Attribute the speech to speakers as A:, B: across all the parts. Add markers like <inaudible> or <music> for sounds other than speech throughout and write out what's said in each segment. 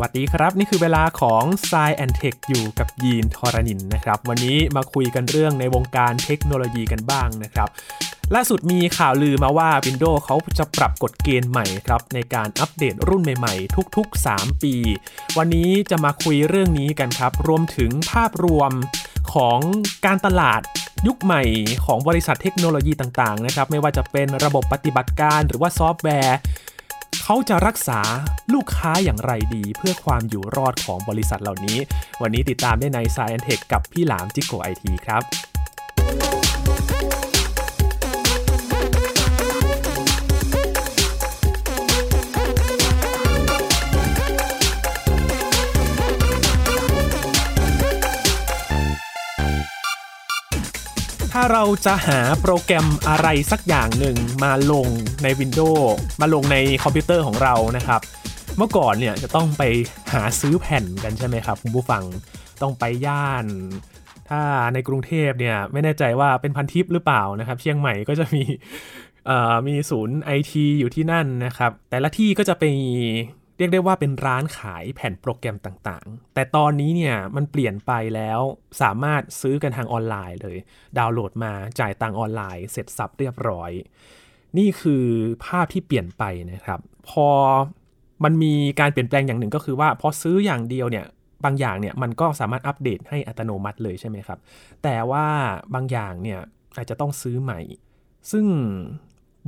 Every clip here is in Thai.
A: วัสดีครับ นี่คือเวลาของ s ซแอนเทคอยู่กับยีนทอรานินนะครับ วันนี้มาคุยกันเรื่องในวงการเทคโนโลยีกันบ้างนะครับ ล่าสุดมีข่าวลือมาว่า Windows เขาจะปรับกฎเกณฑ์ใหม่ครับในการอัปเดตรุ่นใหม่ๆ ทุกๆ 3 ปี วันนี้จะมาคุยเรื่องนี้กันครับ รวมถึงภาพรวมของการตลาดยุคใหม่ของบริษัทเทคโนโลยีต่างๆนะครับไม่ว่าจะเป็นระบบปฏิบัติการหรือว่าซอฟต์แวร์ เขาจะรักษาลูกค้าอย่างไรดี เพื่อความอยู่รอดของบริษัทเหล่านี้ วันนี้ติดตามได้ใน Science Tech กับพี่หลามจิโกไอทีครับ ถ้าเราจะหาโปรแกรมอะไรสักอย่างหนึ่งมาลงใน Windows มาลงในคอมพิวเตอร์ของเรานะครับ เมื่อก่อนเนี่ยจะต้องไปหาซื้อแผ่นกันใช่ไหมครับคุณผู้ฟังต้องไปย่าน ถ้าในกรุงเทพเนี่ยไม่แน่ใจว่าเป็นพันทิปหรือเปล่านะครับ เชียงใหม่ก็จะมีเอ่อมีศูนย์ไอทีอยู่ที่นั่นนะครับ แต่ละที่ก็จะเป็นเรียกได้ว่าเป็นร้านขายแผ่นโปรแกรมต่างๆ แต่ตอนนี้เนี่ยมันเปลี่ยนไปแล้วสามารถซื้อกันทางออนไลน์เลย ดาวน์โหลดมาจ่ายตังค์ออนไลน์เสร็จสับเรียบร้อย นี่คือภาพที่เปลี่ยนไปนะครับ พอมันมีการเปลี่ยนแปลงอย่างหนึ่งก็คือว่าพอซื้ออย่างเดียวเนี่ยบางอย่างเนี่ยมันก็สามารถอัปเดตให้อัตโนมัติเลยใช่ไหมครับ แต่ว่าบางอย่างเนี่ยอาจจะต้องซื้อใหม่ ซึ่ง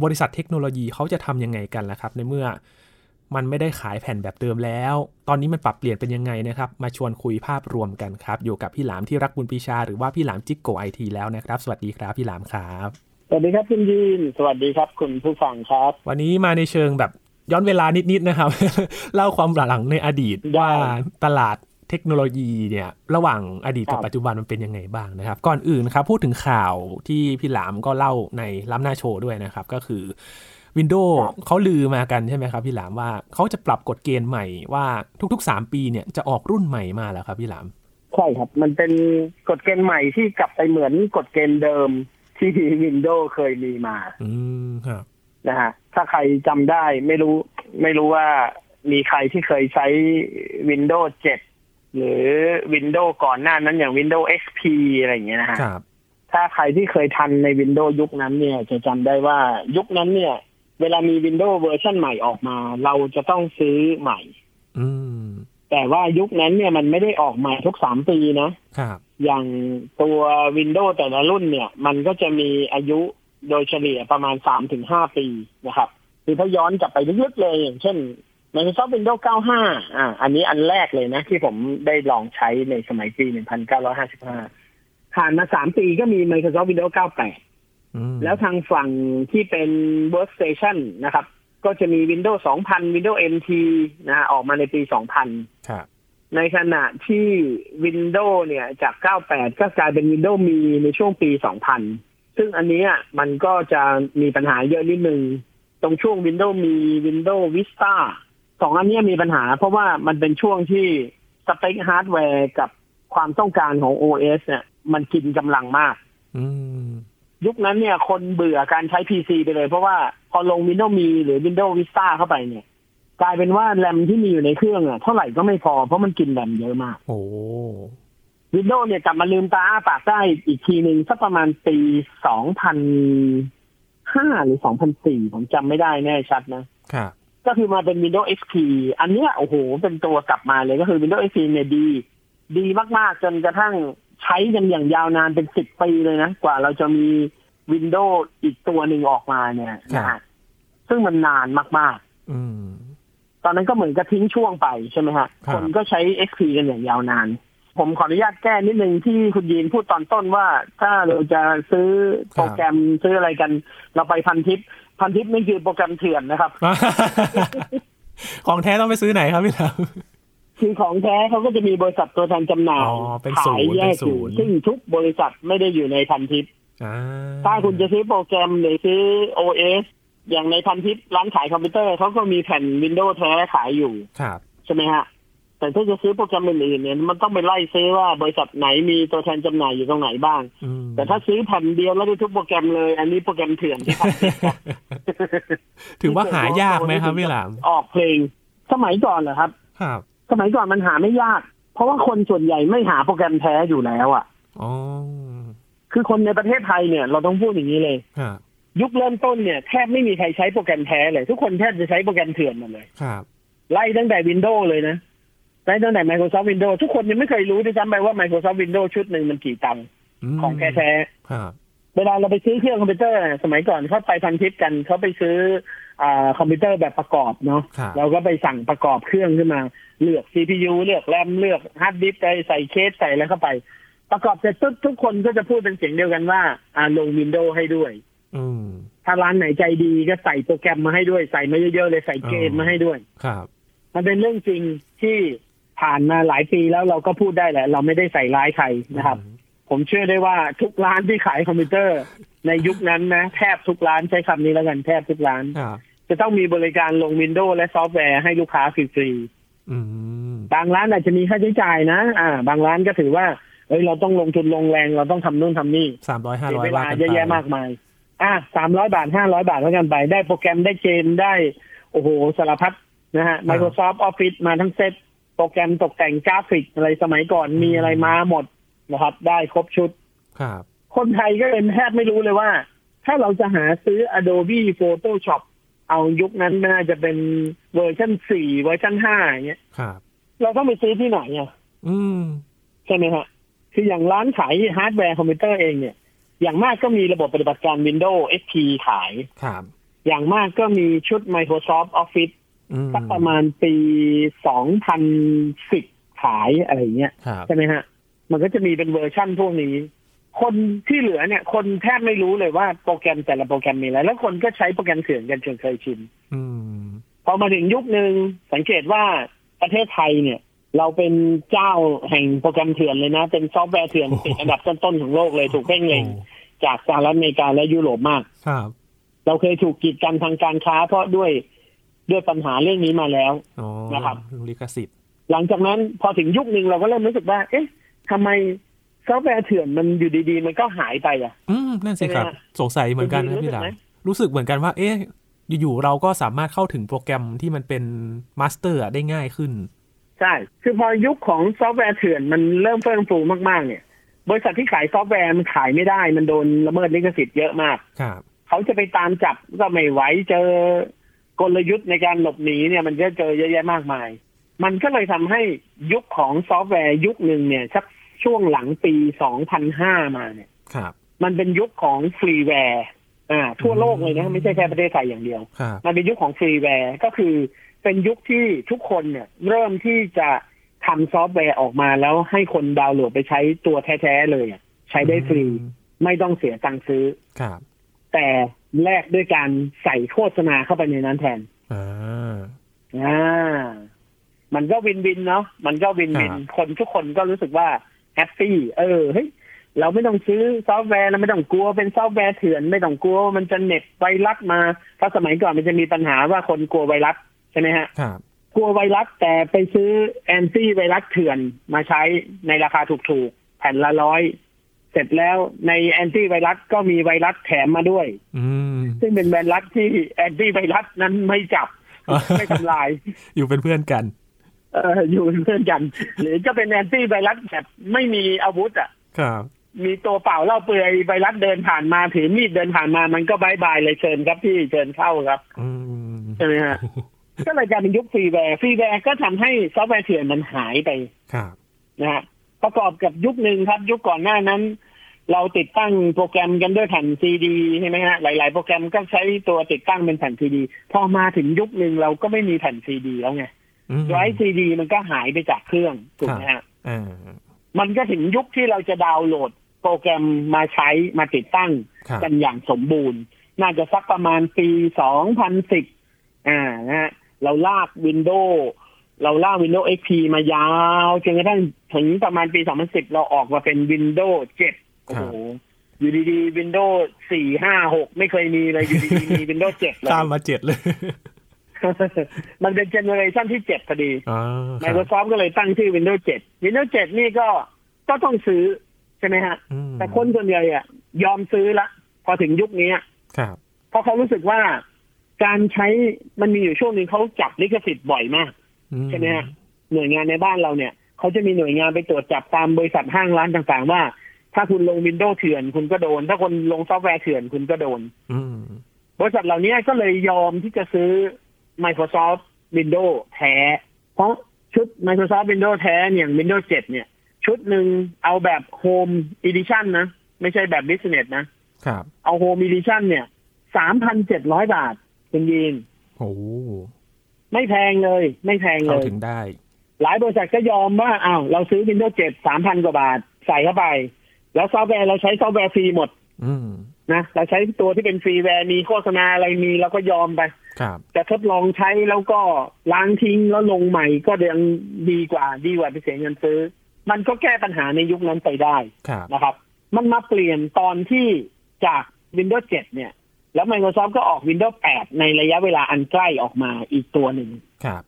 A: บริษัทเทคโนโลยีเขาจะทำยังไงกันล่ะครับ ในเมื่อมันไม่ได้ขายแผ่นแบบเดิมแล้ว ตอนนี้มันปรับเปลี่ยนเป็นยังไงนะครับ มาชวนคุยภาพรวมกันครับ อยู่กับพี่หลามที่รักบุญปีชา หรือว่าพี่หลามจิ๊กโกไอทีแล้วนะครับ สวัสดีครับพี่หลามครับ
B: สวัสดีครับคุณยีน สวัสดีครับ คุณผู้ฟังครับ
A: วันนี้มาในเชิงแบบย้อนเวลานิดๆนะครับ <laughs> เล่าความหลังในอดีต
B: ได้
A: ว่าตลาดเทคโนโลยีเนี่ยระหว่างอดีตกับ
B: ครับ
A: ปัจจุบันมันเป็นยังไงบ้างนะครับ ก่อนอื่นครับพูดถึงข่าวที่พี่หลามก็เล่าในล้ำหน้าโชว์ด้วยนะครับ ก็คือ Windows เขาลือมากันใช่ไหมครับพี่หลามว่าเขาจะปรับกฎเกณฑ์ใหม่ว่าทุกๆ 3 ปีเนี่ยจะออกรุ่นใหม่มาแล้วครับพี่หลาม
B: ใช่ครับ มันเป็นกฎเกณฑ์ใหม่ที่กลับไปเหมือนกฎเกณฑ์เดิมที่ Windows เคยมีมา
A: อืมครับ
B: นะฮะถ้าใครจำได้ไม่รู้ ไม่รู้ว่ามีใครที่เคยใช้ Windows 7 หรือ Windows ก่อนหน้านั้นอย่าง Windows XP อะไรอย่างเงี้ยนะฮะ
A: ครับ
B: ถ้าใครที่เคยทันใน Windows ยุคนั้นเนี่ย จะจำได้ว่ายุคนั้นเนี่ย เวลามี Windows เวอร์ชันใหม่ออกมา เราจะต้องซื้อใหม่
A: อืม
B: แต่ว่ายุคนั้นเนี่ยมันไม่ได้ออกใหม่ทุกสามปีนะ
A: ครับ
B: อย่างตัว Windows แต่ละรุ่นเนี่ย มันก็จะมีอายุโดยเฉลี่ยประมาณ 3-5 ปีนะครับคือถ้าย้อนกลับไปลึกๆเลย อย่างเช่น Microsoft Windows 95 อ่า อันนี้อันแรกเลยนะ ที่ผมได้ลองใช้ในสมัยปี 1955 ผ่านมา 3 ปีก็มี Microsoft Windows 98
A: อืม
B: แล้วทางฝั่งที่เป็น Workstation นะครับ ก็จะมี Windows 2000 Windows NT นะฮะออกมาในปี 2000
A: ครับ
B: ในขณะที่ Windows เนี่ยจาก 98 ก็กลายเป็น Windows มีในช่วงปี 2000 ซึ่งอันเนี้ยมันก็จะมีปัญหาเยอะนิดนึง ตรงช่วง Windows มี Windows Vista สองอันเนี้ยมีปัญหาเพราะว่ามันเป็นช่วงที่สเปคฮาร์ดแวร์กับความต้องการของ OS เนี่ยมันกินกำลังมาก
A: อืม
B: ยุคนั้นเนี่ยคนเบื่อการใช้ PC ไปเลย เพราะว่าพอลง Windows มีหรือ Windows Vista เข้าไปเนี่ย กลายเป็นว่าแรมที่มีอยู่ในเครื่องอะเท่าไหร่ก็ไม่พอเพราะมันกินแรมเยอะมาก
A: โอ้
B: วินโดว์เนี่ยกลับมาลืมตาอ้าปากได้อีกทีหนึ่งสักประมาณปีสองพันห้าหรือสองพันสี่ผมจำไม่ได้แน่ชัดนะ
A: ครับ
B: ก็คือมาเป็น Windows XP อันเนี้ยโอ้โห เป็นตัวกลับมาเลยก็คือ Windows XP เนี่ยดี ดีมาก ๆ จนกระทั่งใช้กันอย่างยาวนานเป็นสิบปีเลยนะ กว่าเราจะมี Windows อีกตัวหนึ่งออกมาเนี่ยนะ
A: ครั
B: ฮะ
A: บ
B: ซึ่งมันนานมาก ๆ
A: อืม
B: ตอนนั้นก็เหมือนกับทิ้งช่วงไปใช่ไหมฮะ
A: ครับ
B: คนก็ใช้ XP กันอย่างยาวนาน ผมขออนุญาตแก้นิดนึงที่คุณยีนพูดตอนต้นว่า ถ้าเราจะซื้อโปรแกรมซื้ออะไรกัน เราไปพันทิป พันทิปนี่คือโปรแกรมเถื่อนนะครับ
A: <laughs> ของแท้ต้องไปซื้อไหนครับพี่หลาม
B: คือของแท้เขาก็จะมีบริษัทตัวแทนจำหน่าย
A: อ๋อเป็นศู
B: ขาน ย
A: ย์
B: แย
A: เป็
B: ก
A: น
B: อ
A: ศู
B: ยู่
A: นย์
B: ซึ่งทุกบริษัทไม่ได้อยู่ในพันทิป
A: อ่า
B: ถ้าคุณจะซื้อโปรแกรมหรือซื้อ OS อย่างในพันทิปร้านขายคอมพิวเตอร์เขาก็มีแผ่นวินโดว์แท้ขายอยู่
A: ครับ
B: ใช่ไหมฮะ แต่ถ้าจะซื้อโปรแกรมอื่นๆเนี่ยมันต้องไปไล่ซื้อว่าบริษัทไหนมีตัวแทนจำหน่ายอยู่ตรงไหนบ้าง
A: อืม
B: แต่ถ้าซื้อแผ่นเดียวแล้วได้ทุกโปรแกรมเลย อันนี้โปรแกรมเถื่อนที่ท
A: <laughs> ถือว่าหายากไหมครับพี่หลาม
B: ำออกเพลง <laughs> สมัยก่อนเหรอครับ
A: ครับ
B: ส สมัยก่อนมันหาไม่ยาก เพราะว่าคนส่วนใหญ่ไม่หาโปรแกรมแท้อยู่แล้วอ่ะ
A: อ๋อ
B: คือคนในประเทศไทยเนี่ยเราต้องพูดอย่างนี้เลย
A: ครับ
B: ยุคเริ่มต้นเนี่ยแทบไม่มีใครใช้โปรแกรมแท้เลย ทุกคนแทบจะใช้โปรแกรมเถื่อนหมดเลย
A: ครับ
B: ไล่ตั้งแต่ Windows เลยนะไล่ตั้งแต่ Microsoft Windows ทุกคนยังไม่เคยรู้ด้วยซ้ำไปว่า Microsoft Windows ชุดหนึ่งมันกี่ตังค์
A: ม
B: ของแท้
A: ครับ
B: ๆเวลาเราไปซื้อเครื่องคอมพิวเตอร์ สมัยก่อนเขาไปพันทิปกันเขาไปซื้ออาคอมพิวเตอร์แบบประกอบเนาะ
A: ครับ
B: เราก็ไปสั่งประกอบเครื่องขึ้นมา เลือก CPU เลือกแรมเลือกฮาร์ดดิสก์ไปใส่เคสใส่อะไรเข้าไป ประกอบเสร็จปุ๊บทุกคนก็จะพูดเป็นเสียงเดียวกันว่าอ่าลง Windows ให้ด้วย
A: อืม
B: ถ้าร้านไหนใจดีก็ใส่โปรแกรมมาให้ด้วยใส่มาเยอะๆเลยใส่เกมมาให้ด้วย
A: ครับ
B: มันเป็นเรื่องจริงที่ผ่านมาหลายปีแล้วเราก็พูดได้แหละ เราไม่ได้ใส่ร้ายใครนะครับ
A: อืม
B: ผมเชื่อได้ว่าทุกร้านที่ขายคอมพิวเตอร์ ในยุคนั้นนะ แทบทุกร้านใช้คำนี้แล้วกันแทบทุกร้าน
A: ครับ
B: จะต้องมีบริการลง Windows และซอฟต์แวร์ให้ลูกค้าฟรี
A: อืม
B: ๆบางร้านอาจจะมีค่าใช้จ่ายนะ อ่า บางร้านก็ถือว่าเอ้ยเราต้องลงทุนลงแรงเราต้องทำนู่นทำนี่
A: สามร้อยห้า
B: เสี
A: ร้
B: ย
A: อย
B: เวลาเยอะแยะมากมาย อ่ะสามร้อยบาทห้าร้อยบาทแล้วกันไป ได้โปรแกรมได้เกมได้ โอ้โห สารพัดนะฮะ Microsoft Office มาทั้งเซ็ตโปรแกรมตกแต่งกราฟิกอะไรสมัยก่อนมีอะไรมาหมดนะครับ ได้ครบชุด
A: ครับ
B: คนไทยก็เลยแทบไม่รู้เลยว่า ถ้าเราจะหาซื้อ Adobe Photoshop เอายุคนั้นน่าจะเป็นเวอร์ชันสี่เวอร์ชันห้าอย่างเงี้ย
A: ครับ
B: เราต้องไปซื้อที่ไหนอ่ะ
A: อืม
B: ใช่ไหมฮะ คืออย่างร้านขายฮาร์ดแวร์คอมพิวเตอร์เองเนี่ย อย่างมากก็มีระบบปฏิบัติการ Windows XP ขาย
A: ครับ
B: อย่างมากก็มีชุด Microsoft Office
A: อืม
B: สักประมาณปี 2010 ขายอะไรเงี้ย
A: ครับ
B: ใช่ไหมฮะ มันก็จะมีเป็นเวอร์ชั่นพวกนี้ คนที่เหลือเนี่ย คนแทบไม่รู้เลยว่าโปรแกรมแต่ละโปรแกรมมีอะไร แล้วคนก็ใช้โปรแกรมเถื่อนกันจนเคยชิน
A: อืม
B: พอมาถึงยุคหนึ่งสังเกตว่าประเทศไทยเนี่ย เราเป็นเจ้าแห่งโปรแกรมเถื่อนเลยนะ เป็นซอฟต์แวร์เถื่อนติดอันดับต้นๆของโลกเลยถูกเพ่งเล็ง
A: โอ้
B: จากสหรัฐอเมริกาและยุโรปมาก
A: ครับ
B: เราเคยถูกกีดกันทางการค้าเพราะด้วยด้วยปัญหาเรื่องนี้มาแล้ว
A: อ๋อ
B: นะครับ
A: ลิขสิทธิ์
B: หลังจากนั้นพอถึงยุคหนึ่งเราก็เริ่มรู้สึกว่า เอ๊ะทำไมซอฟต์แวร์เถื่อนมันอยู่ดีๆ มันก็หายไปอ่ะ
A: อืมนั่นสิครับ
B: เป็นไงฮะ
A: สงสัยเหมือนกันนะ
B: คุณดี
A: พี่หลัง
B: รู้
A: รู้
B: สึกไหม
A: สึกเหมือนกันว่า เอ๊ะอยู่ๆเราก็สามารถเข้าถึงโปรแกรมที่มันเป็นมาสเตอร์ได้ง่ายขึ้น
B: ใช่ คือพอยุคของซอฟต์แวร์เถื่อนมันเริ่มเฟื่องฟูมากๆ เนี่ย บริษัทที่ขายซอฟต์แวร์มันขายไม่ได้ มันโดนละเมิดลิขสิทธิ์เยอะมาก
A: ครับ
B: เขาจะไปตามจับก็ไม่ไหวเจอกลยุทธ์ในการหลบหนีเนี่ย มันก็เจอเยอะแยะมากมาย มันก็เลยทำให้ยุคของซอฟต์แวร์ยุคหนึ่งเนี่ยสักช่วงหลังปี 2005 มาเนี่ย
A: ครับ
B: มันเป็นยุคของฟรีแวร์อ่าทั่วโลกเลย
A: อื
B: นะ
A: ม
B: ไม่ใช่แค่ประเทศไทยอย่างเดียว
A: ครับ
B: มันเป็นยุคของฟรีแวร์ก็คือเป็นยุคที่ทุกคนเนี่ย เริ่มที่จะทำซอฟต์แวร์ออกมาแล้วให้คนดาวน์โหลดไปใช้ตัวแท้ๆเลยอะใช้ได้ฟรี
A: อืม
B: ไม่ต้องเสียตังค์ซื้อ
A: ครับ
B: แต่แลกด้วยการใส่โฆษณาเข้าไปในนั้นแทน
A: อ่า
B: อ่ามันก็วินวินเนาะมันก็วินวิน
A: ครับ
B: คนทุกคนก็รู้สึกว่าแฮปปี้เออเฮ้ยเราไม่ต้องซื้อซอฟต์แวร์เราไม่ต้องกลัวเป็นซอฟต์แวร์เถื่อนไม่ต้องกลัวว่ามันจะเหน็บไวรัสมาเพราะสมัยก่อนมันจะมีปัญหาว่าคนกลัวไวรัสใช่ไหมฮะ
A: ครับ
B: กลัวไวรัสแต่ไปซื้อแอนตี้ไวรัสเถื่อนมาใช้ในราคาถูกๆ แผ่นละร้อย เสร็จแล้วในแอนตี้ไวรัสก็มีไวรัสแถมมาด้วย
A: อืม
B: ซึ่งเป็นไวรัสที่แอนตี้ไวรัสนั้นไม่จับ ไม่ทำลาย
A: อยู่เป็นเพื่อนกัน
B: เอออยู่เป็นเพื่อนกัน หรือก็เป็นแอนตี้ไวรัสแบบไม่มีอาวุธอ่ะ
A: ครับ
B: มีตัวเปล่าเล่าเปลือยไวรัสเดินผ่านมาถือมีดเดินผ่านมามันก็บายบายเลยเชิญครับพี่เชิญเข้าครับ
A: อืม
B: ใช่ไหม
A: <laughs>
B: ฮะ ก็เลยกลายเป็นยุคฟรีแวร์ฟรีแวร์ก็ทำให้ซอฟต์แวร์เถื่อนมันหายไป
A: ครับ
B: นะฮะประกอบกับยุคหนึ่งครับ ยุคก่อนหน้านั้น เราติดตั้งโปรแกรมกันด้วยแผ่นซีดีใช่ไหมฮะหลาย ๆ โปรแกรมก็ใช้ตัวติดตั้งเป็นแผ่นซีดีพอมาถึงยุคหนึ่งเราก็ไม่มีแผ่นซีดีแล้วไง
A: อืม
B: ไร้ซีดีมันก็หายไปจากเครื่องถูกไหมฮะ
A: อ่า
B: มันก็ถึงยุคที่เราจะดาวน์โหลดโปรแกรมมาใช้มาติดตั้ง
A: ครับ
B: กันอย่างสมบูรณ์ น่าจะสักประมาณปี 2010 อ่านะฮะเราลาก Windows เราลาก Windows XP มายาวจนกระทั่งถึงประมาณปี 2010 เราออกมาเป็น Windows 7 โอ้โห อยู่ดีๆ Windows 4 5 6 ไม่เคยมีเลยอยู่ดีๆ มี Windows 7เลย
A: ตามมาเจ็ดเลย
B: มันเป็นเจเนอเรชันที่ 7 พอดี
A: อ่าครับ
B: Microsoft ก็เลยตั้งชื่อ Windows 7 Windows 7 นี่ก็ก็ต้องซื้อ ใช่ไหมฮะ
A: อืม
B: แต่คนส่วนใหญ่อะยอมซื้อละ พอถึงยุคนี้อะ
A: ครับ
B: เพราะเขารู้สึกว่าการใช้มันมีอยู่ช่วงหนึ่งเขาจับลิขสิทธิ์บ่อยมาก
A: อื
B: ใช่ไหมฮะ หน่วยงานในบ้านเราเนี่ยเขาจะมีหน่วยงานไปตรวจจับตามบริษัทห้างร้านต่างๆ ว่า ถ้าคุณลงวินโดว์เถื่อนคุณก็โดน ถ้าคนลงซอฟต์แวร์เถื่อนคุณก็โดน
A: อืม
B: บริษัทเหล่านี้ก็เลยยอมที่จะซื้อ Microsoft Windows แท้ เพราะชุด Microsoft Windows แท้เนี่ยอย่าง Windows 7 เนี่ย ชุดหนึ่งเอาแบบ Home Edition นะ ไม่ใช่แบบ Business นะ
A: ครับ
B: เอา Home Edition เนี่ยสามพันเจ็ดร้อยบาทคุณยีน
A: โอ้โห
B: ไม่แพงเลย ไม่แพงเล
A: เข้าย ถึงได้
B: หลายบริษัทก็ยอมว่าอ้าวเราซื้อ Windows 7 สามพันกว่าบาท ใส่เข้าไป แล้วซอฟต์แวร์เราใช้ซอฟต์แวร์ฟรีหมด
A: อืม
B: นะเราใช้ตัวที่เป็นฟรีแวร์มีโฆษณาอะไรมีเราก็ยอมไป
A: ครับ
B: จะทดลองใช้แล้วก็ล้างทิ้งแล้วลงใหม่ก็ยังดีกว่าดีกว่าไปเสียเงินซื้อ มันก็แก้ปัญหาในยุคนั้นไปได้
A: ครับ
B: นะครับ มันมาเปลี่ยนตอนที่จาก Windows 7 เนี่ย แล้ว Microsoft ก็ออก Windows 8 ในระยะเวลาอันใกล้ออกมาอีกตัวหนึ่ง
A: ครับ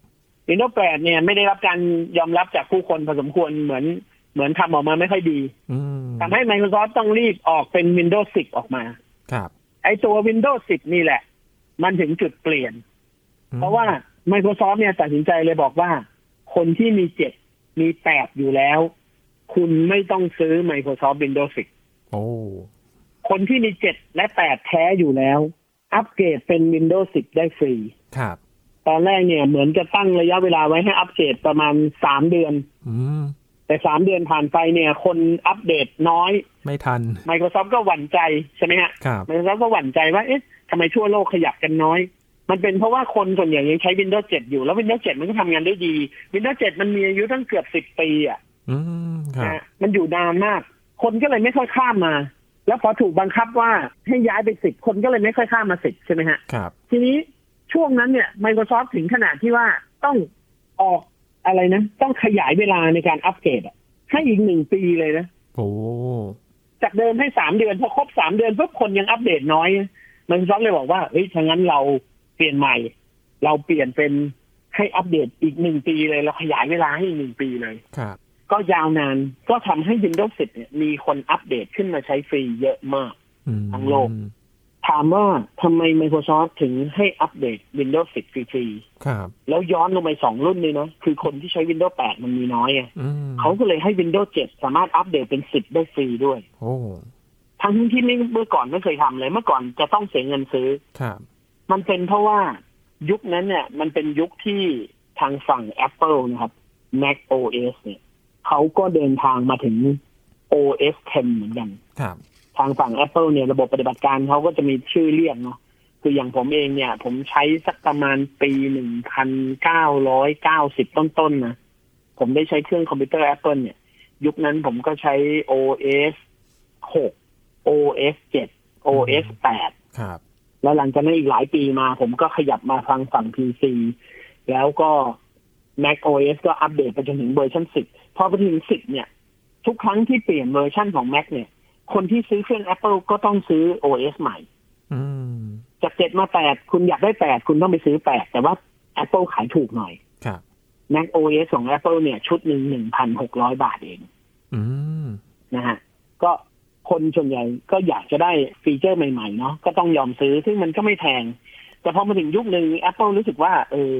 B: Windows 8 เนี่ยไม่ได้รับการยอมรับจากผู้คนพอสมควรเหมือนเหมือนทำออกมาไม่ค่อยดี
A: อืม
B: ทำให้ Microsoft ต้องรีบออกเป็น Windows 10 ออกมา
A: ครับ
B: ไอตัว Windows 10 นี่แหละ มันถึงจุดเปลี่ยน
A: อืม
B: เพราะว่า Microsoft เนี่ยตัดสินใจเลยบอกว่า คนที่มีเจ็ดมีแปดอยู่แล้ว คุณไม่ต้องซื้อ Microsoft Windows
A: โอ้
B: 10 คนที่มีเจ็ดและแปดแท้อยู่แล้ว อัปเกรดเป็น Windows 10 ได้ฟรี
A: ครับ
B: ตอนแรกเนี่ยเหมือนจะตั้งระยะเวลาไว้ให้อัปเกรดประมาณสามเดือน
A: อืม
B: แต่สามเดือนผ่านไปเนี่ย คนอัปเดตน้อย
A: ไม่ทัน
B: Microsoft ก็หวั่นใจใช่ไหมฮะ
A: ครับ
B: Microsoft ก็หวั่นใจว่าเอ๊ะทำไมทั่วโลกขยับกันน้อย มันเป็นเพราะว่าคนส่วนใหญ่ยังใช้ Windows 7 อยู่แล้ว Windows 7 มันก็ทำงานได้ดี Windows 7 มันมีอายุตั้งเกือบสิบ10 ปีอ่ะ
A: อืมครับ
B: นะมันอยู่นานมาก คนก็เลยไม่ค่อยข้ามมา แล้วพอถูกบังคับว่าให้ย้ายไปสิบคนก็เลยไม่ค่อยข้ามมาสิบใช่ไหมฮะ
A: ครับ
B: ทีนี้ช่วงนั้นเนี่ย Microsoft ถึงขนาดที่ว่าต้องออกอะไรนะ ต้องขยายเวลาในการอัปเกรดอะให้อีกหนึ่งปีเลยนะ
A: โอ้
B: จากเดิมให้สามเดือนพอครบสามเดือนปุ๊บคนยังอัปเดตน้อย มันซ้อมเลยบอกว่าเฮ้ยถ้างั้นเราเปลี่ยนใหม่ เราเปลี่ยนเป็นให้อัปเดตอีกหนึ่งปีเลย เราขยายเวลาให้อีกหนึ่งปีเลย
A: ครับ
B: ก็ยาวนานก็ทำให้ Windows 10เนี่ยมีคนอัปเดตขึ้นมาใช้ฟรีเยอะมาก
A: อืม
B: ทั้งโลก ถามว่าทำไม Microsoft ถึงให้อัปเดต Windows 10 ฟรี
A: ครับ
B: ๆแล้วย้อนลงไปสองรุ่นเลยนะคือคนที่ใช้ Windows 8 มันมีน้อยไง
A: อืม
B: เขาก็เลยให้ Windows 7 สามารถอัปเดตเป็น 10 ได้ฟรีด้วย
A: โอ้
B: ทั้งที่ไม่เมื่อก่อนไม่เคยทำเลย เมื่อก่อนจะต้องเสียเงินซื้อ
A: ครับ
B: มันเป็นเพราะว่ายุคนั้นเนี่ย มันเป็นยุคที่ทางฝั่ง Apple นะครับ Mac OS เนี่ยเขาก็เดินทางมาถึง OS 10 เหมือนกัน
A: ครับ
B: ทางฝั่ง Apple เนี่ยระบบปฏิบัติการเขาก็จะมีชื่อเรียกเนาะคืออย่างผมเองเนี่ย ผมใช้สักประมาณปี 1990 ต้นๆนนะ ผมได้ใช้เครื่องคอมพิวเตอร์ Apple เนี่ย ยุคนั้นผมก็ใช้ OS 6 OS 7 OS 8
A: ครับ
B: แล้วหลังจากนั้นอีกหลายปีมา ผมก็ขยับมาฟังฝั่ง PC แล้วก็ Mac OS ก็อัปเดตไปจนถึงเวอร์ชัน10 พอไปถึง 10 เนี่ย ทุกครั้งที่เปลี่ยนเวอร์ชันของ Mac เนี่ย คนที่ซื้อเครื่อง Apple ก็ต้องซื้อ OS ใหม่
A: อืม
B: จากเจ็ดมาแปดคุณอยากได้แปดคุณต้องไปซื้อแปดแต่ว่า Apple ขายถูกหน่อย
A: ครับ
B: Mac OS ของ Apple เนี่ย ชุดหนึ่งหนึ่งพันหกร้อยบาทเอง
A: อืม
B: นะฮะก็คนส่วนใหญ่ก็อยากจะได้ฟีเจอร์ใหม่ๆเนาะก็ต้องยอมซื้อซึ่งมันก็ไม่แพง แต่พอมาถึงยุคหนึ่ง Apple รู้สึกว่าเออ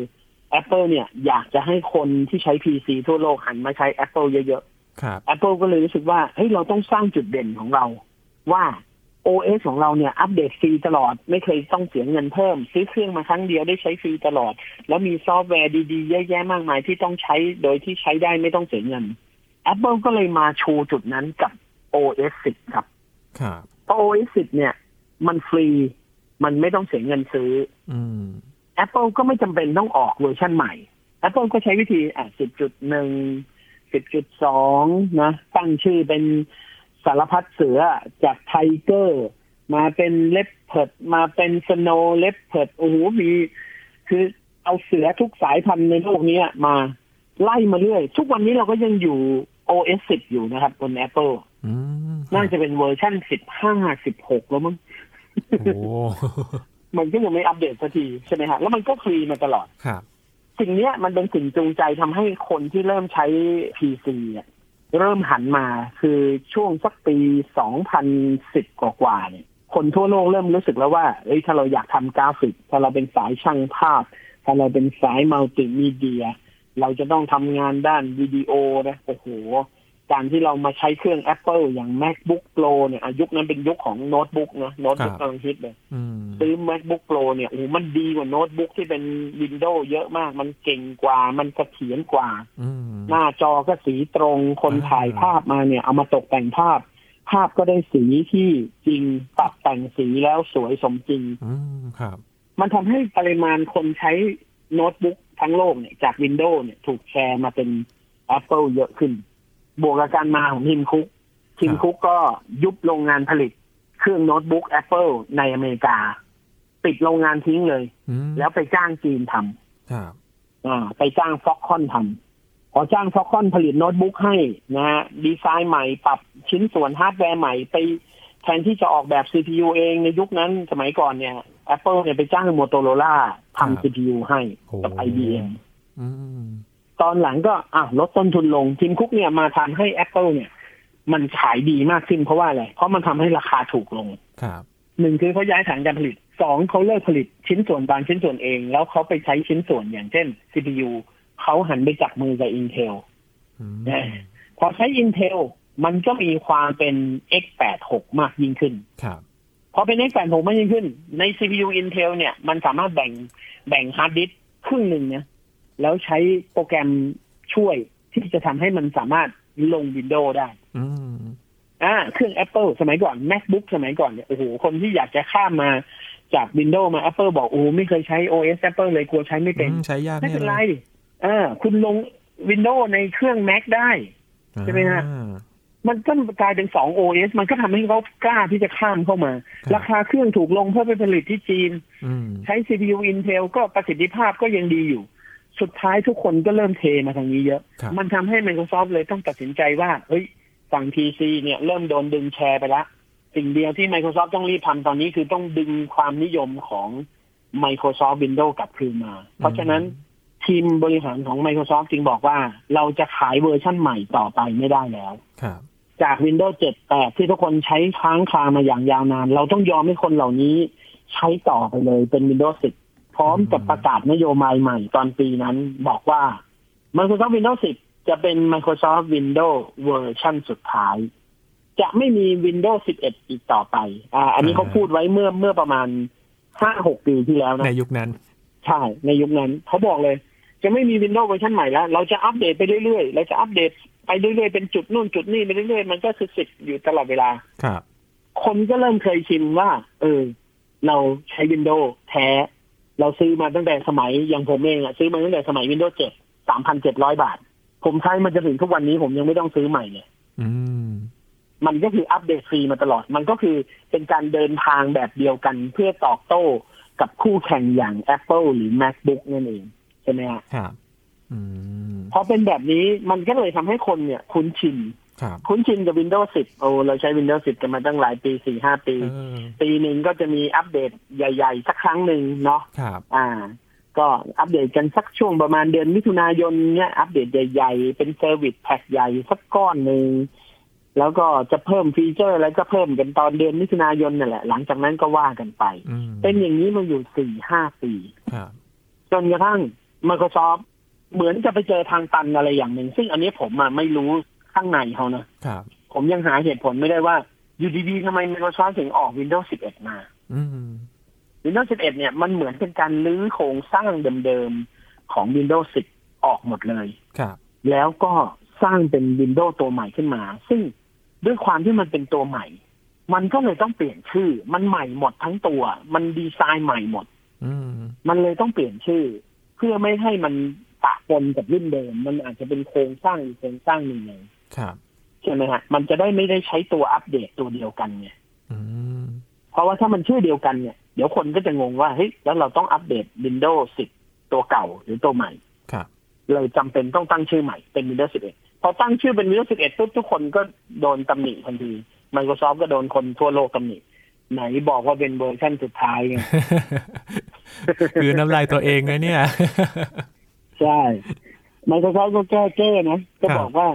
B: Apple เนี่ยอยากจะให้คนที่ใช้ PC ทั่วโลกหันมาใช้ Apple เยอะๆ
A: ครับ
B: Apple ก็เลยรู้สึกว่าเฮ้ยเราต้องสร้างจุดเด่นของเรา ว่า OS ของเราเนี่ย อัปเดตฟรีตลอด ไม่เคยต้องเสียเงินเพิ่ม ซื้อเครื่องมาครั้งเดียวได้ใช้ฟรีตลอด แล้วมีซอฟต์แวร์ดีๆ เยอะแยะมากมายที่ต้องใช้โดยที่ใช้ได้ไม่ต้องเสียเงิน Apple ก็เลยมาชูจุดนั้นกับ OS 10 ครับ
A: ครับ
B: เพราะ OS 10 เนี่ย มันฟรี มันไม่ต้องเสียเงินซื้อ
A: อืม
B: Apple ก็ไม่จำเป็นต้องออกเวอร์ชันใหม่ Apple ก็ใช้วิธีอ่ะ10.1 10.2 นะ ตั้งชื่อเป็นสารพัดเสือจากไทเกอร์มาเป็นเล p เ r d มาเป็นสโนเล p เ r d โอ้โหมี คือเอาเสือทุกสายพันธุ์ในโลกเนี้ยมาไล่มาเรื่อย ทุกวันนี้เราก็ยังอยู่ OS 10 อยู่นะครับบน Apple
A: อืม
B: น่าจะเป็นเวอร์ชัน15 16 แล้วมั้ง
A: โอ้
B: มันก็ยังไม่อัปเดตสักทีใช่ไหมฮะแล้วมันก็ฟรีมาตลอด
A: ครับ
B: สิ่งเนี้ยมันเป็นสิ่งจูงใจทำให้คนที่เริ่มใช้ PC อะเริ่มหันมาคือช่วงสักปี 2010 กว่ากว่าๆเนี่ยคนทั่วโลกเริ่มรู้สึกแล้วว่าเอ้ยถ้าเราอยากทำกราฟิก ถ้าเราเป็นสายช่างภาพ ถ้าเราเป็นสายมัลติมีเดีย เราจะต้องทำงานด้านวิดีโอนะโอ้โห การที่เรามาใช้เครื่อง Apple อย่าง MacBook Pro เนี่ยอ่ะยุคนั้นเป็นยุคของโน้ตบุ๊กนะโน้ตบุ๊ก
A: ครับ
B: กำลังฮิตเลย
A: อืม
B: ซื้อ MacBook Pro เนี่ยโอ้โหมันดีกว่าโน้ตบุ๊กที่เป็น Windows เยอะมาก มันเก่งกว่า มันเสถียรกว่า
A: อืม
B: หน้าจอก็สีตรง คน
A: อ่า
B: ถ่ายภาพมาเนี่ย เอามาตกแต่งภาพ ภาพก็ได้สีที่จริงปรับแต่งสีแล้วสวยสมจริง
A: อืมครับ
B: มันทำให้ปริมาณคนใช้โน้ตบุ๊กทั้งโลกเนี่ยจาก Windows เนี่ยถูกแชร์มาเป็น Apple เยอะขึ้น บวกกับการมาของทิมคุกทิมคุกก็ยุบโรงงานผลิต เครื่องโน้ตบุ๊ก Apple ในอเมริกา ปิดโรงงานทิ้งเลย
A: อืม
B: แล้วไปจ้างจีนทำ
A: ครับ
B: อ่าไปจ้างฟ็อกคอนทำพอจ้างฟ็อกคอนผลิตโน้ตบุ๊กให้นะฮะดีไซน์ใหม่ปรับชิ้นส่วนฮาร์ดแวร์ใหม่ไปแทนที่จะออกแบบ CPU เองในยุคนั้นสมัยก่อนเนี่ย Apple เนี่ยไปจ้าง Motorola
A: ครับ
B: ทำ CPU ให้กับ
A: โอ้
B: IBM
A: อืม
B: ตอนหลังก็อ่ะลดต้นทุนลงทีมคุกเนี่ยมาทำให้ Apple เนี่ย มันขายดีมากขึ้นเพราะว่าอะไร เพราะมันทำให้ราคาถูกลง
A: ครับ
B: หนึ่งคือเขาย้ายฐานการผลิตสองเขาเลิกผลิตชิ้นส่วนบางชิ้นส่วนเอง แล้วเขาไปใช้ชิ้นส่วนอย่างเช่น CPU เขาหันไปจับมือกับ Intel
A: อืม
B: เออ พอใช้ Intel มันก็มีความเป็น x86 มากยิ่งขึ้น
A: ครับ
B: พอเป็น x86 มากยิ่งขึ้น ใน CPU Intel เนี่ยมันสามารถแบ่งแบ่งฮาร์ดดิสก์ครึ่งหนึ่งนะแล้วใช้โปรแกรมช่วยที่จะทำให้มันสามารถลง Windows ได้
A: อืม
B: อ่าเครื่อง Apple สมัยก่อน MacBook สมัยก่อนเนี่ยโอ้โหคนที่อยากจะข้ามมาจาก Windows มา Apple บอกโอ้ไม่เคยใช้ OS Apple เลยกลัวใช้ไม่เป็น
A: อืมใช้ยาก
B: ไม่
A: ย
B: เป็นไรอ่าคุณลง Windows ในเครื่อง Mac ได้ ใช่ไหมฮะ
A: อ่า
B: มันก็กลายเป็นสอง OS มันก็ทำให้เขากล้าที่จะข้ามเข้ามา
A: ครับ
B: ราคาเครื่องถูกลงเพื่อไปผลิตที่จีน
A: อืม
B: ใช้ CPU Intel ก็ประสิทธิภาพก็ยังดีอยู่ สุดท้ายทุกคนก็เริ่มเทมาทางนี้เยอะ
A: ครับ
B: มันทำให้ Microsoft เลยต้องตัดสินใจว่า เฮ้ย ฝั่ง PC เนี่ยเริ่มโดนดึงแชร์ไปละสิ่งเดียวที่ Microsoft ต้องรีบทำตอนนี้คือต้องดึงความนิยมของ Microsoft Windows กลับคืนมา เพราะฉะนั้นทีมบริหารของ Microsoft จึงบอกว่า เราจะขายเวอร์ชั่นใหม่ต่อไปไม่ได้แล้ว
A: ครับ
B: จาก Windows 7 8 ที่ทุกคนใช้ค้างคามาอย่างยาวนาน เราต้องยอมให้คนเหล่านี้ใช้ต่อไปเลยเป็น Windows 10 พร้อมกับ
A: อืม
B: ประกาศนโยบายใหม่ตอนปีนั้นบอกว่า Microsoft Windows 10 จะเป็น Microsoft Windows เวอร์ชันสุดท้าย จะไม่มี Windows 11 อีกต่อไป อ่า อันนี้เขาพูดไว้เมื่อเมื่อประมาณ 5-6 ปีที่แล้วนะ
A: ในยุคนั้น
B: ใช่ในยุคนั้นเขาบอกเลย จะไม่มี Windows เวอร์ชันใหม่แล้ว เราจะอัปเดตไปเรื่อยๆ เราจะอัปเดตไปเรื่อยๆ เป็นจุดนู่นจุดนี่ไปเรื่อยๆ มันก็คือสิบอยู่ตลอดเวลา
A: ครับ
B: คนก็เริ่มเคยชินว่า เออ เราใช้ Windows แท้ เราซื้อมาตั้งแต่สมัยอย่างผมเองอะซื้อมาตั้งแต่สมัย Windows 7 3,700 บาท ผมใช้มันจะถึงทุกวันนี้ผมยังไม่ต้องซื้อใหม่เลย
A: อืม
B: มันก็คืออัปเดตฟรีมาตลอด มันก็คือเป็นการเดินทางแบบเดียวกันเพื่อตอบโต้กับคู่แข่งอย่าง Apple หรือ MacBook นั่นเองใช่ไหมฮะ
A: ครับอืม
B: พอเป็นแบบนี้มันก็เลยทำให้คนเนี่ยคุ้นชิน
A: ครับ
B: คุ้นชินกับ Windows 10 โอ้เราใช้ Windows 10 กันมาตั้งหลายปีสี่ห้าปี
A: เออ
B: ปีหนึ่งก็จะมีอัปเดตใหญ่ ๆ สักครั้งหนึ่งเนาะ
A: ครับ
B: อ่า ก็อัปเดตกันสักช่วงประมาณเดือนมิถุนายนเนี่ยอัปเดตใหญ่ ๆ เป็นเซอร์วิสแพ็คใหญ่สักก้อนหนึ่ง แล้วก็จะเพิ่มฟีเจอร์แล้วก็เพิ่มกันตอนเดือนมิถุนายนนั่นแหละ หลังจากนั้นก็ว่ากันไป
A: อืม
B: เป็นอย่างนี้มาอยู่สี่ห้าปี
A: ครับ
B: จนกระทั่ง Microsoft เหมือนจะไปเจอทางตันอะไรอย่างหนึ่ง ซึ่งอันนี้ผมอะไม่รู้ข้างในเขานะ
A: ครับ
B: ผมยังหาเหตุผลไม่ได้ว่า อยู่ดีๆทำไม Microsoft ถึงออก Windows 11 มา
A: อืม
B: Windows 11 เนี่ยมันเหมือนเป็นการลื้อโครงสร้างเดิมๆ ของ Windows 10 ออกหมดเลย
A: ครับ
B: แล้วก็สร้างเป็น Windows ตัวใหม่ขึ้นมา ซึ่งด้วยความที่มันเป็นตัวใหม่ มันก็เลยต้องเปลี่ยนชื่อ มันใหม่หมดทั้งตัว มันดีไซน์ใหม่หมด
A: อืม
B: มันเลยต้องเปลี่ยนชื่อ เพื่อไม่ให้มันปะปนกับรุ่นเดิม มันอาจจะเป็นโครงสร้างอีกโครงสร้างหนึ่งเลย
A: ครับ
B: ใช่ไหมฮะมันจะได้ไม่ได้ใช้ตัวอัปเดตตัวเดียวกันไง
A: อืม
B: เพราะว่าถ้ามันชื่อเดียวกันเนี่ยเดี๋ยวคนก็จะงงว่าเฮ้ยแล้วเราต้องอัปเดต Windows 10 ตัวเก่าหรือตัวใหม่ <laughs>
A: ครับ
B: เลยจำเป็นต้องตั้งชื่อใหม่เป็น Windows 11 พอตั้งชื่อเป็น Windows 11ปุ๊บทุกคนก็โดนตำหนิทันที Microsoft ก็โดนคนทั่วโลกตำหนิไหนบอกว่าเป็นเวอร์ชันสุดท้ายไง
A: คือน้ำลายตัวเองนะ
B: <laughs>
A: เนี่ย
B: ใช่ Microsoft ก็แก้เจ้นะ ก็บอกว่า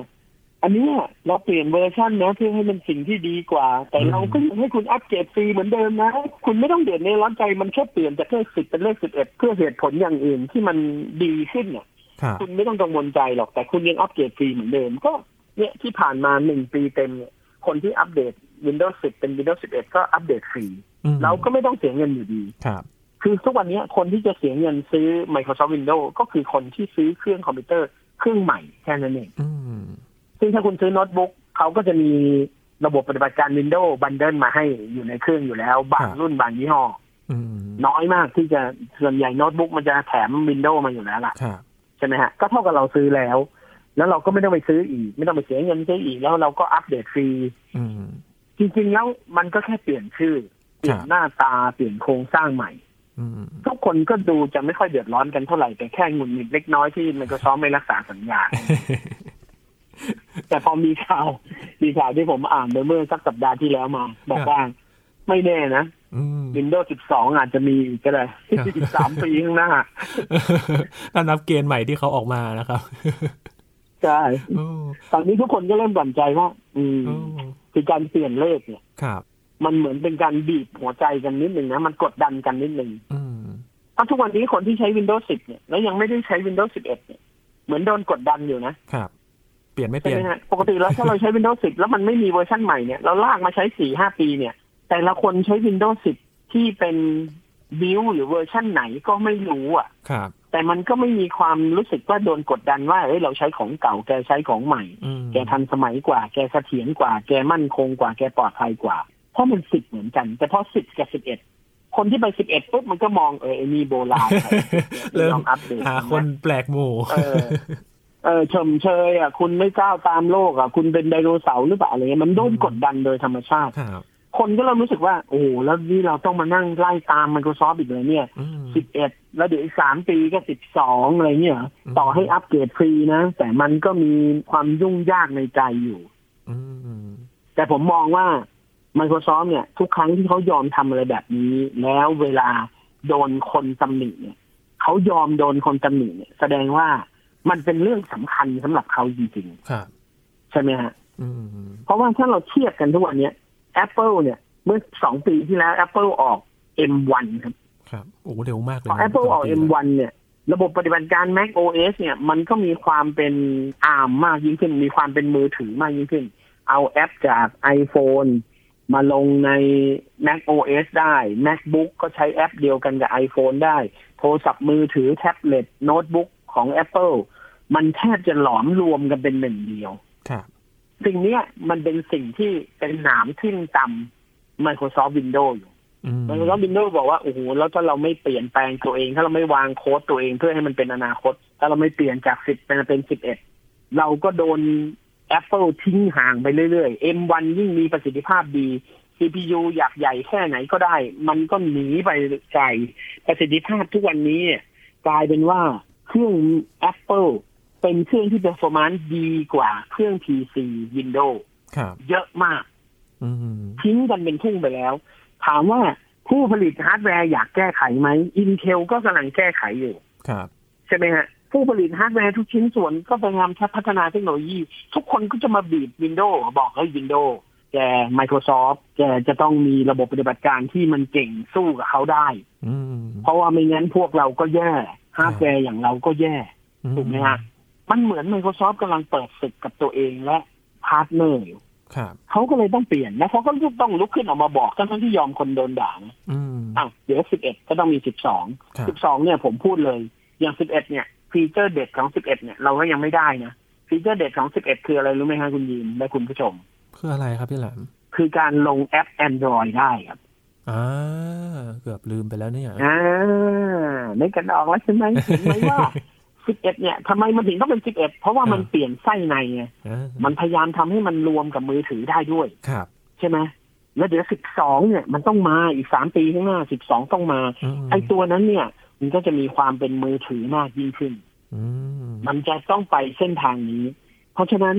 B: อันเนี้ยเราเปลี่ยนเวอร์ชันนะเพื่อให้มันสิ่งที่ดีกว่า แต่
A: อืม
B: เราก็ยังให้คุณอัปเกรดฟรีเหมือนเดิมนะ คุณไม่ต้องเดือดเนื้อร้อนใจมันแค่เปลี่ยนจากเลขสิบเป็นเลขสิบเอ็ดเพื่อเหตุผลอย่างอื่นที่มันดีขึ้นเนี่ย
A: ครับ
B: คุณไม่ต้องกังวลใจหรอกแต่คุณยังอัปเกรดฟรีเหมือนเดิม ก็เนี่ยที่ผ่านมาหนึ่งปีเต็มเนี่ยคนที่อัปเดต Windows 10 เป็น Windows 11 ก็อัปเดตฟรี
A: อืม
B: เราก็ไม่ต้องเสียเงินอยู่ดี
A: ครับ
B: คือทุกวันนี้คนที่จะเสียเงินซื้อ Microsoft Windows ก็คือคนที่ซื้อเครื่องคอมพิวเตอร์เครื่องใหม่แค่นั้นเอง
A: อืม
B: ซึ่งถ้าคุณซื้อโน้ตบุ๊กเขาก็จะมีระบบปฏิบัติการ Windows Bundle มาให้อยู่ในเครื่องอยู่แล้ว บางรุ่นบางยี่ห้อ
A: อืม
B: น้อยมากที่จะส่วนใหญ่โน้ตบุ๊กมันจะแถม Windows มาอยู่แล้วล่ะ
A: ครับ
B: ใช่ไหมฮะ ก็เท่ากับเราซื้อแล้ว แล้วเราก็ไม่ต้องไปซื้ออีก ไม่ต้องไปเสียเงินซื้ออีก แล้วเราก็อัปเดตฟรี
A: อืม
B: จริง ๆ แล้วมันก็แค่เปลี่ยนชื่อ เปลี่ยน
A: ครับ
B: หน้าตาเปลี่ยนโครงสร้างใหม่
A: อืม
B: ทุกคนก็ดูจะไม่ค่อยเดือดร้อนกันเท่าไหร่ แต่แค่หงุนหงิดเล็กน้อยที่มันก็ซ้อมไม่รักษาสัญญา แต่พอมีข่าว <laughs> มีข่าวที่ผมอ่านไปเมื่อสักสัปดาห์ที่แล้วมา บอกว่า <laughs> ไม่แน่นะ
A: อืม
B: Windows 12 อาจจะมีอีกก็ได้ <laughs> 13 ปีข้างหน้ <laughs> า
A: ถ้า <laughs> นับเกณฑ์ใหม่ที่เขาออกมานะครับ
B: ใช่
A: โอ้
B: ตอนนี้ทุกคนก็เริ่มหวั่นใจว่า อืม
A: <laughs> โอ้
B: คือการเปลี่ยนเลขเนี่ย
A: ครับ
B: มันเหมือนเป็นการบีบหัวใจกันนิดหนึ่งนะ มันกดดันกันนิดหนึ่ง
A: อืม
B: เพราะทุกวันนี้คนที่ใช้ Windows 10 เนี่ย แล้วยังไม่ได้ใช้ Windows 11 เนี่ย เหมือนโดนกดดันอยู่นะครับ
A: เปลี่ยนไม่เป
B: ใช่
A: ลี่ยน
B: ไหมฮะปกติแล้วถ้าเราใช้ Windows 10 แล้วมันไม่มีเวอร์ชันใหม่เนี่ย เราลากมาใช้ 4 5 ปีเนี่ย แต่ละคนใช้ Windows 10 ที่เป็นบิวหรือเวอร์ชันไหนก็ไม่รู้อ่ะ
A: ครับ
B: แต่มันก็ไม่มีความรู้สึกว่าโดนกดดันว่า เอ้ย เราใช้ของเก่า แกใช้ของใหม่
A: อืม
B: แกทันสมัยกว่า แกเสถียรกว่า แกมั่นคงกว่า แกปลอดภัยกว่า เพราะมันสิบเหมือนกัน แต่พอสิบกับสิบเอ็ด คนที่ไปสิบเอ็ดปุ๊บมันก็มองเออไอ้นี่โบราณ
A: <laughs> เริ่ม
B: ไยออัปเดต
A: หาคนแปลกหมู่
B: เออ เออชมเชยอ่ะ คุณไม่ก้าวตามโลกอ่ะ คุณเป็นไดโนเสาร์หรือเปล่าอะไรเงี้ยมันโดนกดดันโดยธรรมชาติ
A: ครับ
B: คนก็เริ่มรู้สึกว่า โอ้โหแล้วนี่เราต้องมานั่งไล่ตาม Microsoft อีกเลยเนี่ย
A: อืม
B: สิบเอ็ดแล้วเดี๋ยวอีกสามปีก็สิบสองอะไรเงี้ย
A: อืม
B: ต่อให้อัปเกรดฟรีนะ แต่มันก็มีความยุ่งยากในใจอยู่
A: อืม
B: แต่ผมมองว่า Microsoft เนี่ย ทุกครั้งที่เขายอมทำอะไรแบบนี้ แล้วเวลาโดนคนตำหนิเนี่ยเขายอมโดนคนตำหนิเนี่ย แสดงว่ามันเป็นเรื่องสำคัญสำหรับเขาจริง
A: ครับ
B: ๆ ใช่ไหมฮะ
A: อืม
B: เพราะว่าถ้าเราเทียบกันทุกวันเนี้ย Apple เนี่ย เมื่อสองปีที่แล้ว Apple ออก M1 ครับ
A: ครับโอ้เร็วมากเลย
B: พอ
A: นะ
B: Apple ออก M1 เนี่ย ระบบปฏิบัติการ Mac OS เนี่ย มันก็มีความเป็น ARM มากยิ่งขึ้น มีความเป็นมือถือมากยิ่งขึ้น เอาแอปจาก iPhone มาลงใน Mac OS ได้ MacBook ก็ใช้แอปเดียวกันกับ iPhone ได้ โทรศัพท์มือถือแท็บเล็ตโน้ตบุ๊กของ Apple มันแทบจะหลอมรวมกันเป็นหนึ่งเดียว
A: ครับ
B: สิ่งเนี้ยมันเป็นสิ่งที่เป็นหนามทิ่มตำ Microsoft Windows อยู่
A: อืม
B: มันก็วินโดว์บอกว่าโอ้โหแล้วถ้าเราไม่เปลี่ยนแปลงตัวเอง ถ้าเราไม่วางโค้ดตัวเองเพื่อให้มันเป็นอนาคต ถ้าเราไม่เปลี่ยนจากสิบเป็นเป็นสิบเอ็ดเราก็โดน Apple ทิ้งห่างไปเรื่อยๆ M1 ยิ่งมีประสิทธิภาพดี CPU อยากใหญ่แค่ไหนก็ได้ มันก็หนีไปไกลประสิทธิภาพทุกวันนี้เนี่ยกลายเป็นว่าเครื่อง Apple เป็นเครื่องที่ performance ดีกว่าเครื่อง PC Windows
A: ครับ
B: เยอะมาก
A: อืม
B: ทิ้งกันเป็นทุ่งไปแล้ว ถามว่าผู้ผลิตฮาร์ดแวร์อยากแก้ไขไหมอินเทลก็กำลังแก้ไขอยู่
A: ครับ
B: ใช่ไหมฮะ ผู้ผลิตฮาร์ดแวร์ทุกชิ้นส่วนก็พยายามพัฒนาเทคโนโลยี ทุกคนก็จะมาบีบวินโดว์บอกให้วินโดว์แก Microsoft แกจะต้องมีระบบปฏิบัติการที่มันเก่งสู้กับเขาได้
A: อืม
B: เพราะว่าไม่งั้นพวกเราก็แย่ฮาร์ดแวร์อย่างเราก็แย่ ถูกไหมฮะ มันเหมือน Microsoft กำลังเปิดศึกกับตัวเองและพาร์ทเนอร์อยู่
A: ครับ
B: เขาก็เลยต้องเปลี่ยนแล้วเขาก็ต้องลุกขึ้นออกมาบอกทั้งๆที่ยอมคนโดนด่านะ
A: อืม
B: อ้าวเดี๋ยวสิบเอ็ดก็ต้องมีสิบสอง
A: ครับ
B: สิบสองเนี่ยผมพูดเลย อย่างสิบเอ็ดเนี่ย ฟีเจอร์เด็ดของสิบเอ็ดเนี่ยเราก็ยังไม่ได้นะ ฟีเจอร์เด็ดของสิบเอ็ดคืออะไรรู้ไหมฮะคุณยีนและคุณผู้ชม
A: เพื่ออะไรครับพี่หลาม
B: คือการลงแอป Android ได้ครับ
A: อ่าเกือบลืมไปแล้วเนี่ย
B: อ่านึกกันออกแล้วใช่ไหมเห็นไหมว่าสิบเอ็ดเนี่ยทำไมมันถึงต้องเป็นสิบเอ็ดเพราะว่ามันเปลี่ยนไส้ในไง
A: อ่า
B: มันพยายามทำให้มันรวมกับมือถือได้ด้วย
A: ครับ
B: ใช่ไหม แล้วเดี๋ยวสิบสองเนี่ย มันต้องมาอีกสามปีข้างหน้าสิบสองต้องมา
A: อืม
B: ไอ้ตัวนั้นเนี่ย มันก็จะมีความเป็นมือถือมากยิ่งขึ้น
A: อืม
B: มันจะต้องไปเส้นทางนี้ เพราะฉะนั้น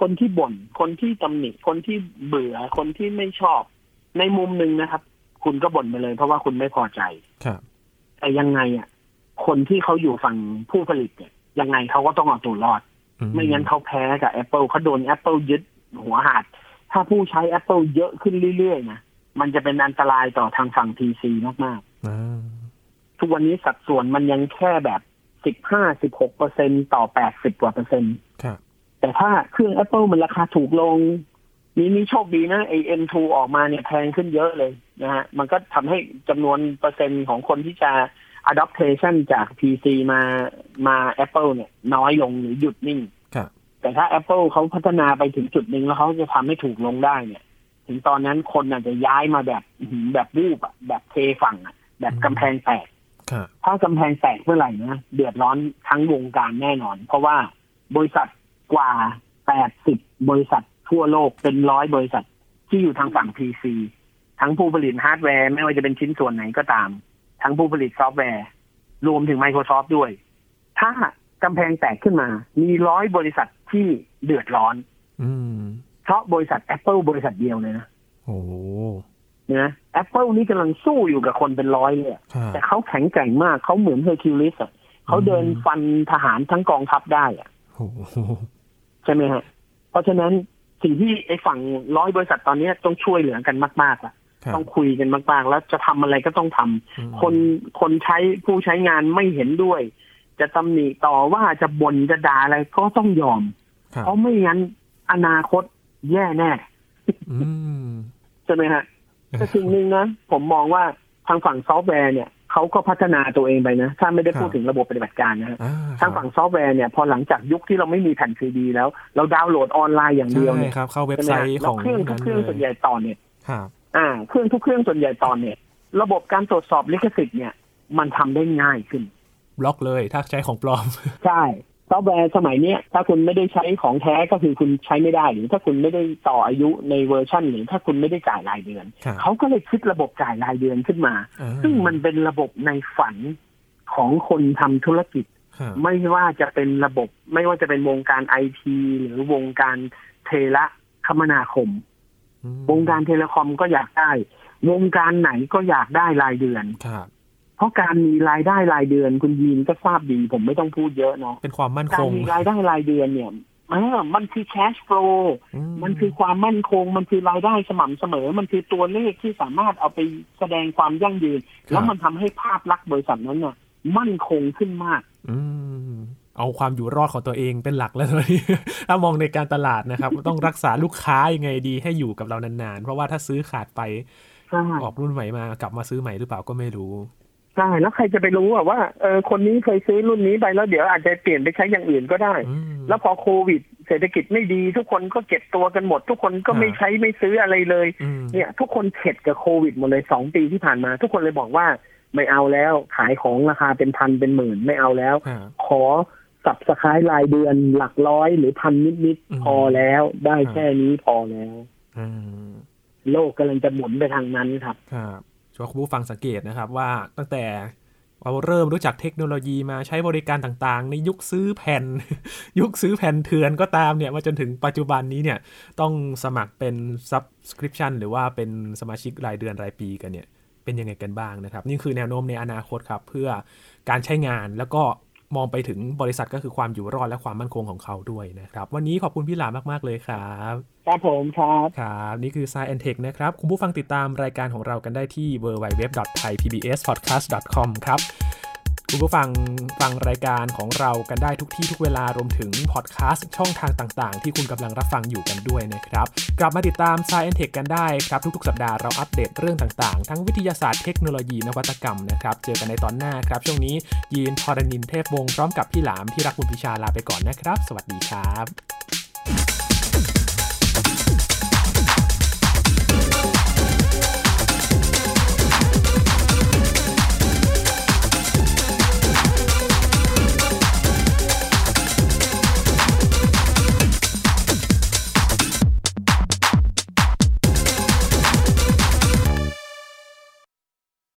B: คนที่บ่น คนที่ตำหนิ คนที่เบื่อ คนที่ไม่ชอบ ในมุมหนึ่งนะครับ คุณก็บ่นไปเลย เพราะว่าคุณไม่พอใจ
A: ครับ
B: แต่ยังไงอ่ะ คนที่เขาอยู่ฝั่งผู้ผลิตเนี่ยยังไงเขาก็ต้องเอาตัวรอด ไม่งั้นเขาแพ้กับ Apple เขาโดน Apple ยึดหัวหาด ถ้าผู้ใช้ Apple เยอะขึ้นเรื่อยๆนะ มันจะเป็นอันตรายต่อทางฝั่ง PC มาก
A: อ่า
B: ๆ ทุกวันนี้สัดส่วนมันยังแค่แบบ สิบห้าสิบหกเปอร์เซ็นต่อแปดสิบกว่าเปอร์เซ็นต์
A: ครับ
B: แต่ถ้าเครื่อง Apple มันราคาถูกลง นี่นี่โชคดีนะไอ M2 ออกมาเนี่ยแพงขึ้นเยอะเลยนะฮะมันก็ทำให้จำนวนเปอร์เซ็นต์ของคนที่จะ adaptation จาก PC มามา Apple เนี่ยน้อยลงหรือหยุดนิ่ง
A: ครับ
B: แต่ถ้า Apple เขาพัฒนาไปถึงจุดหนึ่งแล้วเขาจะทำให้ถูกลงได้เนี่ย ถึงตอนนั้นคนอาจจะย้ายมาแบบอื้อหือแบบรูปอะแบบเทฝั่งอะแบบกำแพงแตก
A: ครับ
B: ถ้ากำแพงแตกเมื่อไหร่นะเดือดร้อนทั้งวงการแน่นอน เพราะว่าบริษัทกว่า 80 บริษัททั่วโลกเป็นร้อยบริษัทที่อยู่ทางฝั่ง PC ทั้งผู้ผลิตฮาร์ดแวร์ ไม่ว่าจะเป็นชิ้นส่วนไหนก็ตาม ทั้งผู้ผลิตซอฟต์แวร์ รวมถึง Microsoft ด้วย ถ้ากำแพงแตกขึ้นมา มีร้อยบริษัทที่เดือดร้อน
A: อืม
B: เพราะบริษัท Apple บริษัทเดียวเลยนะ
A: โอ้
B: นะแอปเปิลนี่กำลังสู้อยู่กับคนเป็นร้อยเลยอะ
A: ค่ะ
B: แต่เขาแข็งแกร่งมาก เขาเหมือนเฮอร์คิวลิสอะเขาเดิน
A: อืม
B: ฟันทหารทั้งกองทัพได้อะ
A: โอ้โห
B: ใช่ไหมฮะ เพราะฉะนั้นสิ่งที่ไอ้ฝั่งร้อยบริษัทตอนนี้ต้องช่วยเหลือกันมากๆละ
A: ครับ
B: ต้องคุยกันมากๆ แล้วจะทำอะไรก็ต้องทำ
A: อืม
B: คนคนใช้ผู้ใช้งานไม่เห็นด้วย จะตำหนิต่อว่าจะบ่นจะด่าอะไรก็ต้องยอม
A: ครับ
B: เพราะไม่งั้นอนาคตแย่แน่
A: อืม
B: ใช่ไหมฮะ แต่สิ่งหนึ่งนะผมมองว่าทางฝั่งซอฟต์แวร์เนี่ยเขาก็พัฒนาตัวเองไปนะ ถ้าไม่ได้พูดถึงระบบปฏิบัติการนะฮะ
A: อ่
B: ทางฝั่งซอฟต์แวร์เนี่ยพอหลังจากยุคที่เราไม่มีแผ่นซีดีแล้ว เราดาวน์โหลดออนไลน์อย่างเดียว
A: ใช่
B: เนี่ย
A: ครับ เข้าเว็บ
B: ใช่ไห
A: ไซ
B: มฮะ
A: ต์ข
B: แล้ว
A: อง
B: เครื่องทุกเครื่องส่วนใหญ่ตอนเนี่ย
A: ครับ
B: อ่าเครื่องทุกเครื่องส่วนใหญ่ตอนเนี่ยระบบการตรวจสอบลิขสิทธิ์เนี่ยมันทำได้ง่ายขึ้น
A: บล็อกเลยถ้าใช้ของปลอม <laughs>
B: ใช่ซอฟต์แวร์สมัยเนี้ยถ้าคุณไม่ได้ใช้ของแท้ก็คือคุณใช้ไม่ได้ หรือถ้าคุณไม่ได้ต่ออายุในเวอร์ชันหรือถ้าคุณไม่ได้จ่ายรายเดือน
A: ครับ
B: เขาก็เลยคิดระบบจ่ายรายเดือนขึ้นมา
A: อ่า
B: ซึ่งมันเป็นระบบในฝันของคนทำธุรกิจ
A: ครับ
B: ไม่ว่าจะเป็นระบบไม่ว่าจะเป็นวงการไอทีหรือวงการเทเลคมนาคม
A: อืม
B: วงการเทเลคอมก็อยากได้ วงการไหนก็อยากได้รายเดือน
A: ครับ
B: เพราะการมีรายได้รายเดือนคุณยีนก็ทราบดี ผมไม่ต้องพูดเยอะเนาะ
A: เป็นความมั่น
B: กา
A: ค
B: รง มีรายได้รายเดือนเนี่ยเออมันคือ cash flow
A: อื
B: มันคือความมั่นคง มันคือรายได้สม่ำเสมอ มันคือตัวเลขที่สามารถเอาไปแสดงความยั่งยืน แล้วมันทำให้ภาพลักษณ์บริษัทนั้นน่ะมั่นคงขึ้นมาก
A: อืมเอาความอยู่รอดของตัวเองเป็นหลักแล้วตอนนี้ <laughs> ถ้ามองในการตลาดนะครับ <laughs> ต้องรักษาลูกค้ายังไงดีให้อยู่กับเรานานๆ เพราะว่าถ้าซื้อขาดไป
B: ใช่
A: ออกรุ่นใหม่มากลับมาซื้อใหม่หรือเปล่าก็ไม่รู้
B: ใช่แล้วใครจะไปรู้อะว่าเออคนนี้เคยซื้อรุ่นนี้ไปแล้วเดี๋ยวอาจจะเปลี่ยนไปใช้อย่างอื่นก็ได้
A: อืม
B: แล้วพอโควิด เศรษฐกิจไม่ดี ทุกคนก็เก็บตัวกันหมด ทุกคนก็
A: อ่า
B: ไม่ใช้ไม่ซื้ออะไรเลย
A: อืม
B: เนี่ย ทุกคนเข็ดกับโควิดหมดเลยสองปีที่ผ่านมา ทุกคนเลยบอกว่าไม่เอาแล้วขายของราคาเป็นพันเป็นหมื่นไม่เอาแล้ว
A: ค่ะ
B: ขอสับสคายรายเดือนหลักร้อยหรือพันนิด
A: อืม
B: ๆพอแล้ว ได้
A: อ่า
B: แค่นี้พอแล้ว
A: อืม
B: โลกกำลังจะหมุนไปทางนั้นครับ
A: ครับชวนคุณผู้ฟังสังเกตนะครับว่าตั้งแต่เราเริ่มรู้จักเทคโนโลยีมาใช้บริการต่างๆ ในยุคซื้อแผ่น <laughs> ยุคซื้อแผ่นเถื่อนก็ตามเนี่ยมาจนถึงปัจจุบันนี้เนี่ยต้องสมัครเป็น subscription หรือว่าเป็นสมาชิกรายเดือนรายปีกันเนี่ยเป็นยังไงกันบ้างนะครับ นี่คือแนวโน้มในอนาคตครับ เพื่อการใช้งานแล้วก็มองไปถึงบริษัทก็คือความอยู่รอดและความมั่นคงของเขาด้วยนะครับ วันนี้ขอบคุณพี่หลามมากๆเลยครับ
B: ครับผมครับ
A: ครับ นี่คือ s ซ e n t e c h นะครับ คุณผู้ฟังติดตามรายการของเรากันได้ที่ www.thaipbspodcast.com ครับ คุณผู้ฟังฟังรายการของเรากันได้ทุกที่ทุกเวลารวมถึงพอดแคสต์ช่องทางต่างๆ ที่คุณกำลังรับฟังอยู่กันด้วยนะครับ กลับมาติดตาม s ซ e n t e c h กันได้ครับ ทุกๆ สัปดาห์เราอัปเดตเรื่องต่างๆ ทั้งวิทยาศาสตร์เทคโนโลยีนวัตกรรมนะครับ เจอกันในตอนหน้าครับ ช่วงนี้ยีนทรณินเทพวงศ์พร้อมกับพี่หลามที่รักคุณพิชาลาไปก่อนนะครับ สวัสดีครับ